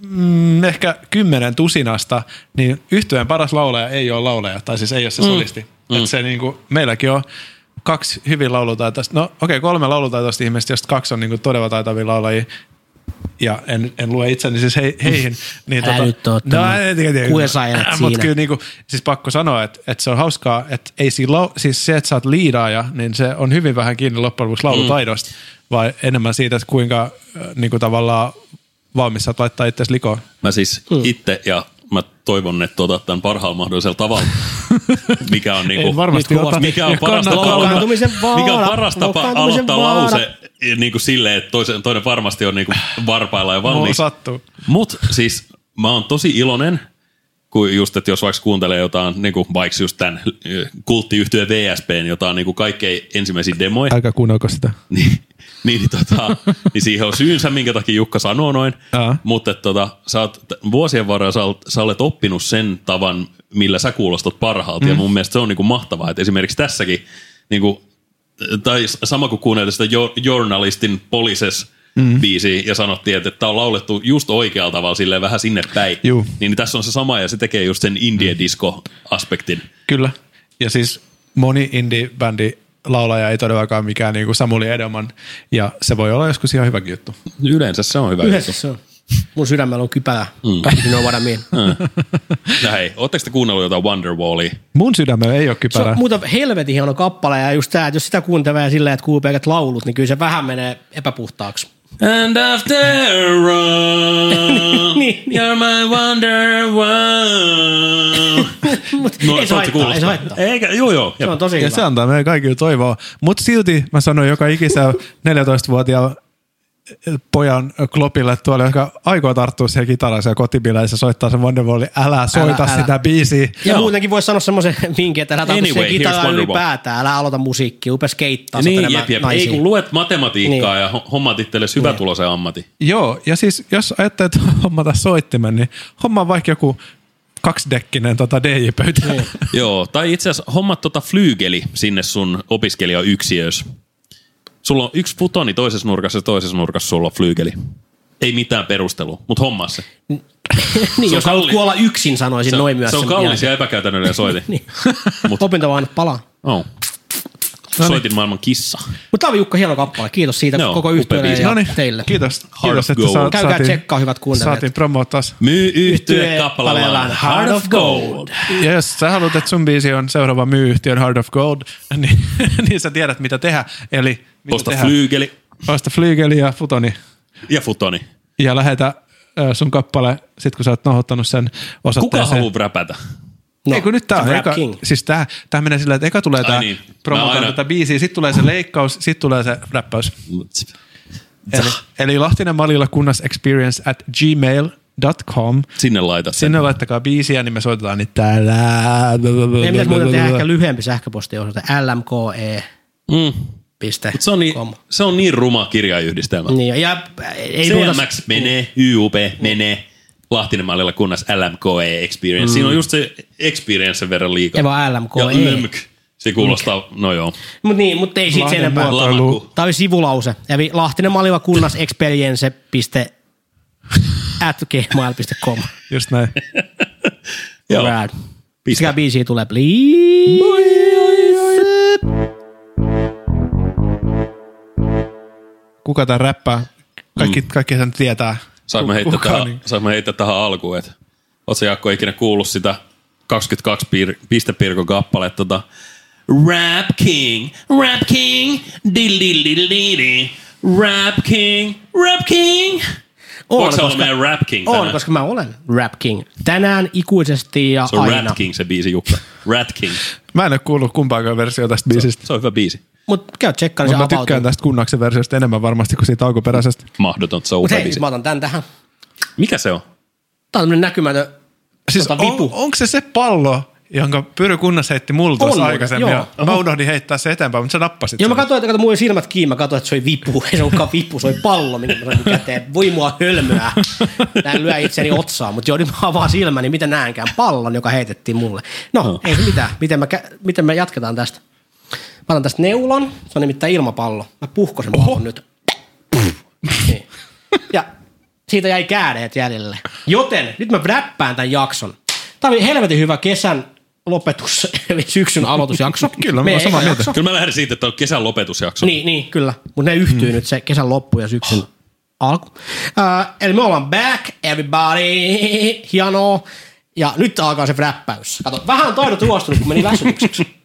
mm, ehkä kymmenen tusinasta, niin yhtyeen paras laulaja ei ole laulaja, tai siis ei ole se solisti. Mm. Että se niin kuin, meilläkin on kaksi hyvin laulutaitoista, no okei, okay, kolme laulutaitoista ihmistä, josta kaksi on niin kuin todella niinku taitavia laulajia, ja en, en lue itseni siis he, heihin. Niin
Älä nyt oo
no,
tommonen
en tiedä, tiedä.
kuesailet
Mut
siinä.
kyllä niinku, siis pakko sanoa, että, että se on hauskaa, että ei siinä lau, siis se, että sä oot liidaaja, niin se on hyvin vähän kiinni loppujen lopuksi laulutaidosta, mm. vai enemmän siitä, että kuinka äh, niinku tavallaan valmis sä oot laittaa itseäsi likoon.
Mä siis
Mm.
itse ja mä toivon, että otat tämän parhaalla mahdollisella tavalla, mikä on
En
niinku,
varmasti
mikä on-
ota.
mikä on
Ja
paras tapa,
kannattaa-
aloittaa-
Loukkaantumisen vaara.
mikä on paras tapa
Loukkaantumisen
aloittaa
vaara.
lause niin kuin silleen, että toisen, toinen varmasti on niinku varpailla ja
Mulla
valmis.
sattuu.
Mut siis mä oon tosi iloinen, kun just, että jos vaikka kuuntelee jotain, niin kuin vaikka just eh, tämän kulttiyhtyön VSPn, jota on niin kuin kaikkein ensimmäisiä demoja,
Älkää kuunnelko sitä.
niin, niin, tota, niin siihen on syynsä, minkä takia Jukka sanoo noin.
Aa.
Mutta et tota, sä oot, t- vuosien varrella sä, oot, sä olet oppinut sen tavan, millä sä kuulostat parhaalta. Mm. Ja mun mielestä se on niinku mahtavaa, että esimerkiksi tässäkin, niinku, tai s- sama kuin kuunneltiin sitä jo, journalistin polises mm. biisiä ja sanottiin, että tämä on laulettu just oikealla tavalla, silleen vähän sinne päin.
Juu.
Niin tässä on se sama ja se tekee just sen indie-disco-aspektin.
Kyllä. Ja siis moni indie-bändi laulaja ei todellakaan mikään niinku Samuli Edelman, ja se voi olla joskus ihan hyväkin juttu.
Yleensä se on hyvä
Yhdessä se on. Mun sydämellä on kypälä. Mm. You know what I mean.
juttu. Hei, ootteko te kuunnellut jotain Wonderwallia?
Mun sydämä ei ole
Se
kypärä.
on muuta helvetin hieno kappale ja just tää, että jos sitä kuuntelee silleen, että kuuluu pelkät laulut, niin kyllä se vähän menee epäpuhtaaksi.
And after a run,
Niin, niin.
you're my wonder one.
Mut
No,
ei se
tuolta
haittaa,
kuulostaa.
ei se haittaa.
Eikä, joo joo.
Se
jep.
on tosi
ja
hyvä.
se antaa meidän kaikille toivoa. Mutta silti mä sanoin joka ikisellä 14-vuotiaan pojan klopille tuolla, joka aikoo tarttua siihen kitaraan siellä kotibileissä ja soittaa sen Wonderwallin, älä soita älä,
älä.
sitä biisiä.
Ja
Joo.
muutenkin voisi sanoa semmoisen vinkin, että älä tartu
Anyway,
anyway,
here's
kitaraa
Wonderwall.
ylipäätään, älä aloita musiikkia, upea skeittaa
Niin,
satana
jep, jep. Ei
naisiin.
kun luet matematiikkaa niin. ja ho- hommaat itsellesi hyvätuloisen ammatin.
Joo, ja siis jos ajattelee, että hommata soittimen, niin homma on vaikka joku kaksidekkinen tota DJ-pöytä.
Niin,
joo, tai itse asiassa hommat tota flyygeli sinne sun opiskelijayksiöös. Sulla on yksi futoni toisessa nurkassa ja toisessa nurkassa sulla on flyygeli. Ei mitään perustelua, mutta hommaa se.
niin,
se on
jos haluat
kallis.
kuolla yksin, sanoisin
Se,
noin
on-
myös.
se on
sen
kallis ja
jälkeen.
epäkäytännöllinen soitin.
Niin.
Mut-
Opinto vaan palaa.
oh. Soitin maailman kissa.
Mutta tämä on Jukka hieno kappale. Kiitos siitä
Joo,
koko
upea
yhtiölle
biisi.
ja
No niin,
teille.
kiitos.
Heart
kiitos
of
että saa,
gold.
Käykää
saatiin,
tsekkaa hyvät kuuntelijat.
saatiin promoa taas.
Myy
Yhtye
yhtye kappaleen
kappaleen
Heart of Gold.
Ja jos sä haluat, että sun biisi on seuraava myy-yhtiön Heart of Gold, niin, niin sä tiedät mitä tehdä. Eli mitä
Osta
tehdä?
flyygeli
Osta flygeli ja futoni.
ja futoni.
Ja lähetä ö, sun kappale, sit kun sä oot nohottanut sen
Kuka
osoitteeseen.
haluaa räpätä?
No, Ei kun nyt tää on.
Rap
Eka,
King.
siis tää, tää menee sillä, että eka tulee
Ai
tää
niin.
niin.
Mä
promotaan
aina-
tätä biisiä, sit tulee se leikkaus, sit tulee se räppäys. Eli, eli Lahtinen Malilla kunnas experience at gmail.com.
Sinne laita sen.
Sinne laittakaa biisiä, niin me soitetaan niitä täällä.
Meidän pitäisi muuten tehdä ehkä lyhyempi sähköpostiosoite lmke.
Mm.
Piste.
Se, on niin,
com.
se on niin ruma kirjayhdistelmä.
Niin, ja- ja ei tuota...
CMX menee, YUP menee, Lahtinen mallilla kunnas LMKE E Experience. Siinä on just se experience verran liikaa.
Ei vaan LMKE.
Ja LMK. Se kuulostaa, no joo.
Mut niin, mut ei sit sen
Lahden
enempää.
Lamakku.
Tämä oli sivulause. Eli Lahtinen Maliva kunnas experience. piste at gmail.com.
Just näin.
Joo.
Right.
Piste.
Mikä biisiä tulee, please?
Kuka tää räppää? Kaikki, mm. kaikki sen tietää.
Saanko mä heittää,
Kuka
tähän,
niin?
saanko mä heittää tähän alkuun, että ootko Jaakko ikinä kuullut sitä 22 piir, pistepirkon kappaletta, tota, Rap King, Rap King, dil dil dil dil dil, Rap King, Rap King. Voiko se olla meidän Rap King tänään?
On, koska mä olen Rap King. Tänään ikuisesti ja
Se on
aina.
Rat King se biisi, Jukka. Rat King.
Mä en ole kuullut kumpaakaan versiota tästä biisistä.
Se on hyvä biisi.
Mut käy tsekkaan, se
Mutta mä
avautuu.
tykkään tästä kunnaksen versiosta enemmän varmasti kuin siitä alkuperäisestä.
Mahdoton, se on
Mut
upea
hei,
biisi.
mä otan tän tähän.
Mikä se on?
Tää on tämmönen näkymätön
Siis
tota,
on,
vipu.
onko se se pallo, jonka Pyry Kunnas heitti mulla
On
tuossa
muuten,
aikaisemmin?
joo.
Joo. Mä unohdin heittää se eteenpäin, mutta sä nappasit
Joo, mä
sen.
katsoin, että kato, mulla oli silmät kiinni, mä katsoin, että se oli vipu. Ei se ollutkaan vipu, se oli pallo, minkä mä sain käteen. Voi mua hölmöä. Näin lyö itseni otsaan, mutta joo, nyt mä avaan silmäni, mitä näenkään pallon, joka heitettiin mulle. No, no. ei se mitään. Miten, mä, kä- miten me jatketaan tästä? Mä otan tästä neulan, se on nimittäin ilmapallo. Mä puhkosen pallon nyt. Niin. Ja siitä jäi kädet jäljelle. Joten nyt mä räppään tämän jakson. Tämä oli helvetin hyvä kesän lopetus, eli syksyn aloitusjakso.
Kyllä, mä
Meidän
oon samaa
eka
mieltä.
jakso.
Kyllä mä lähden siitä, että on kesän lopetusjakso.
Niin, niin, kyllä. Mutta ne yhtyy mm. nyt se kesän loppu ja syksyn alku. Äh, eli me ollaan back, everybody, hienoa. Ja nyt alkaa se räppäys. Kato, vähän on taidot ruostunut, kun meni väsytykseksi.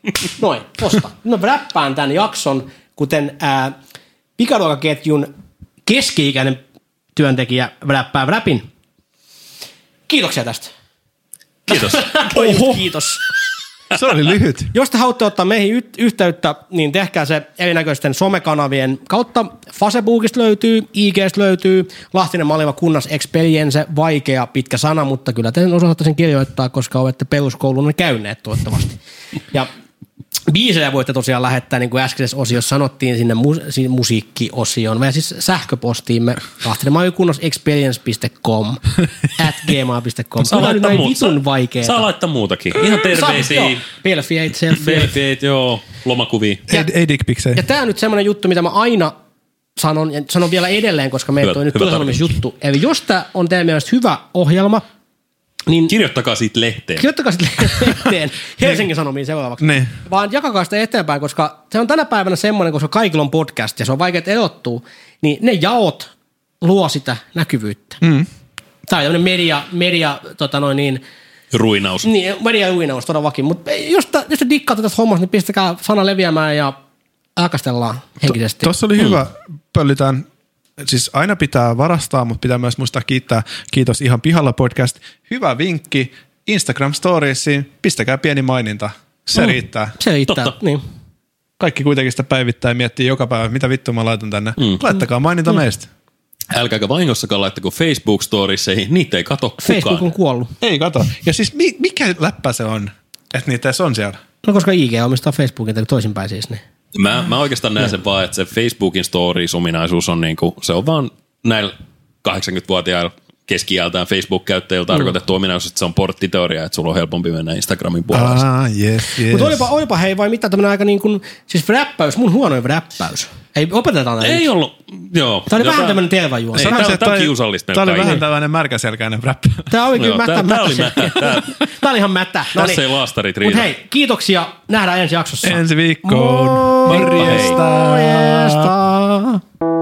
Noin, tosta. Nyt mä räppään tämän jakson, kuten äh, pikaruokaketjun keski-ikäinen työntekijä räppää räpin. Kiitoksia tästä.
Kiitos.
Oho. Kiitos.
Se oli lyhyt.
Jos te haluatte ottaa meihin yt- yhteyttä, niin tehkää se erinäköisten somekanavien kautta. Facebookista löytyy, IGstä löytyy, Lahtinen Maliva kunnas Experience, vaikea pitkä sana, mutta kyllä te sen osaatte sen kirjoittaa, koska olette peruskoulun käyneet toivottavasti. Ja biisejä voitte tosiaan lähettää, niin kuin äskeisessä osiossa sanottiin, sinne mu- sinne musiikkiosioon. Meidän siis sähköpostiimme lahtinenmaljakunnaseXperience.com at gmail.com.
Saa
Tämä on
laittaa,
näin
muu-
vitun vaikeeta.
saa laittaa muutakin. Ihan terveisiä.
Saa- joo. Pelfiä itselfiä.
Selfieet, joo. Lomakuvia.
Ei, ei dickpiksejä.
Ja tämä on nyt semmoinen juttu, mitä mä aina sanon, ja sanon vielä edelleen, koska meillä
Hyvä-
on nyt
hyvä
juttu. Eli jos tämä on teidän mielestä hyvä ohjelma, niin
Kirjoittakaa siitä lehteen.
kirjoittakaa sitten lehteen Helsingin Sanomiin seuraavaksi.
Niin.
Vaan jakakaa sitä eteenpäin, koska se on tänä päivänä semmoinen, koska kaikilla on podcast ja se on vaikea erottuu, niin ne jaot luo sitä näkyvyyttä. Mm. Tämä on tämmöinen media, media tota noin niin,
Ruinaus.
niin, media uinaus todellakin, mutta jos, te- jos te dikkaatte tästä hommasta, niin pistäkää sana leviämään ja akastellaan henkisesti.
Tuossa oli hyvä, pöllitään. Siis aina pitää varastaa, mutta pitää myös muistaa kiittää. Kiitos ihan pihalla podcast. Hyvä vinkki Instagram storiesiin. Pistäkää pieni maininta. Se mm. riittää.
Se riittää.
Totta.
Niin.
Kaikki kuitenkin sitä päivittää ja miettii joka päivä, mitä vittu mä laitan tänne. Mm. Laittakaa maininta mm. meistä.
Älkääkä vahingossakaan laittako Facebook-storiisseihin. Niitä ei kato
Facebook on
kukaan.
kuollut.
Ei kato. Ja siis mi- mikä läppä se on, että niitä edes on siellä?
No koska IG omistaa Facebookin tai toisinpäin siis. Niin.
Mä, mä oikeastaan näen sen vaan, että se Facebookin stories-ominaisuus on niinku, se on vaan näillä 80-vuotiailla keski
Mm.
Facebook-käyttäjillä tarkoitettu ominaisuus, että se on porttiteoria, että sulla on helpompi mennä Instagramin puolelle.
Ah, yes, yes.
Mutta olipa, olipa hei vai mitä tämmönen aika niin kuin, siis räppäys, mun huonoin räppäys. Ei, opetetaan näin.
Ei ollut, joo.
Tämä oli
Joo,
vähän tämmönen teevajuoni.
Ei,
Sanoisin,
tää on-
että
tää on
toi-
kiusallista
Tää oli
meille
vähän
kaikille.
tällainen märkäselkäinen räppä.
Tämä oli kyllä
Joo,
mättä.
tää- tää oli mättä, tää.
Tämä oli ihan mättä. No
Tässä ei laastarit riitä.
Mut hei, kiitoksia. Nähdään ensi jaksossa.
Ensi viikkoon. Morjesta.
Morjesta.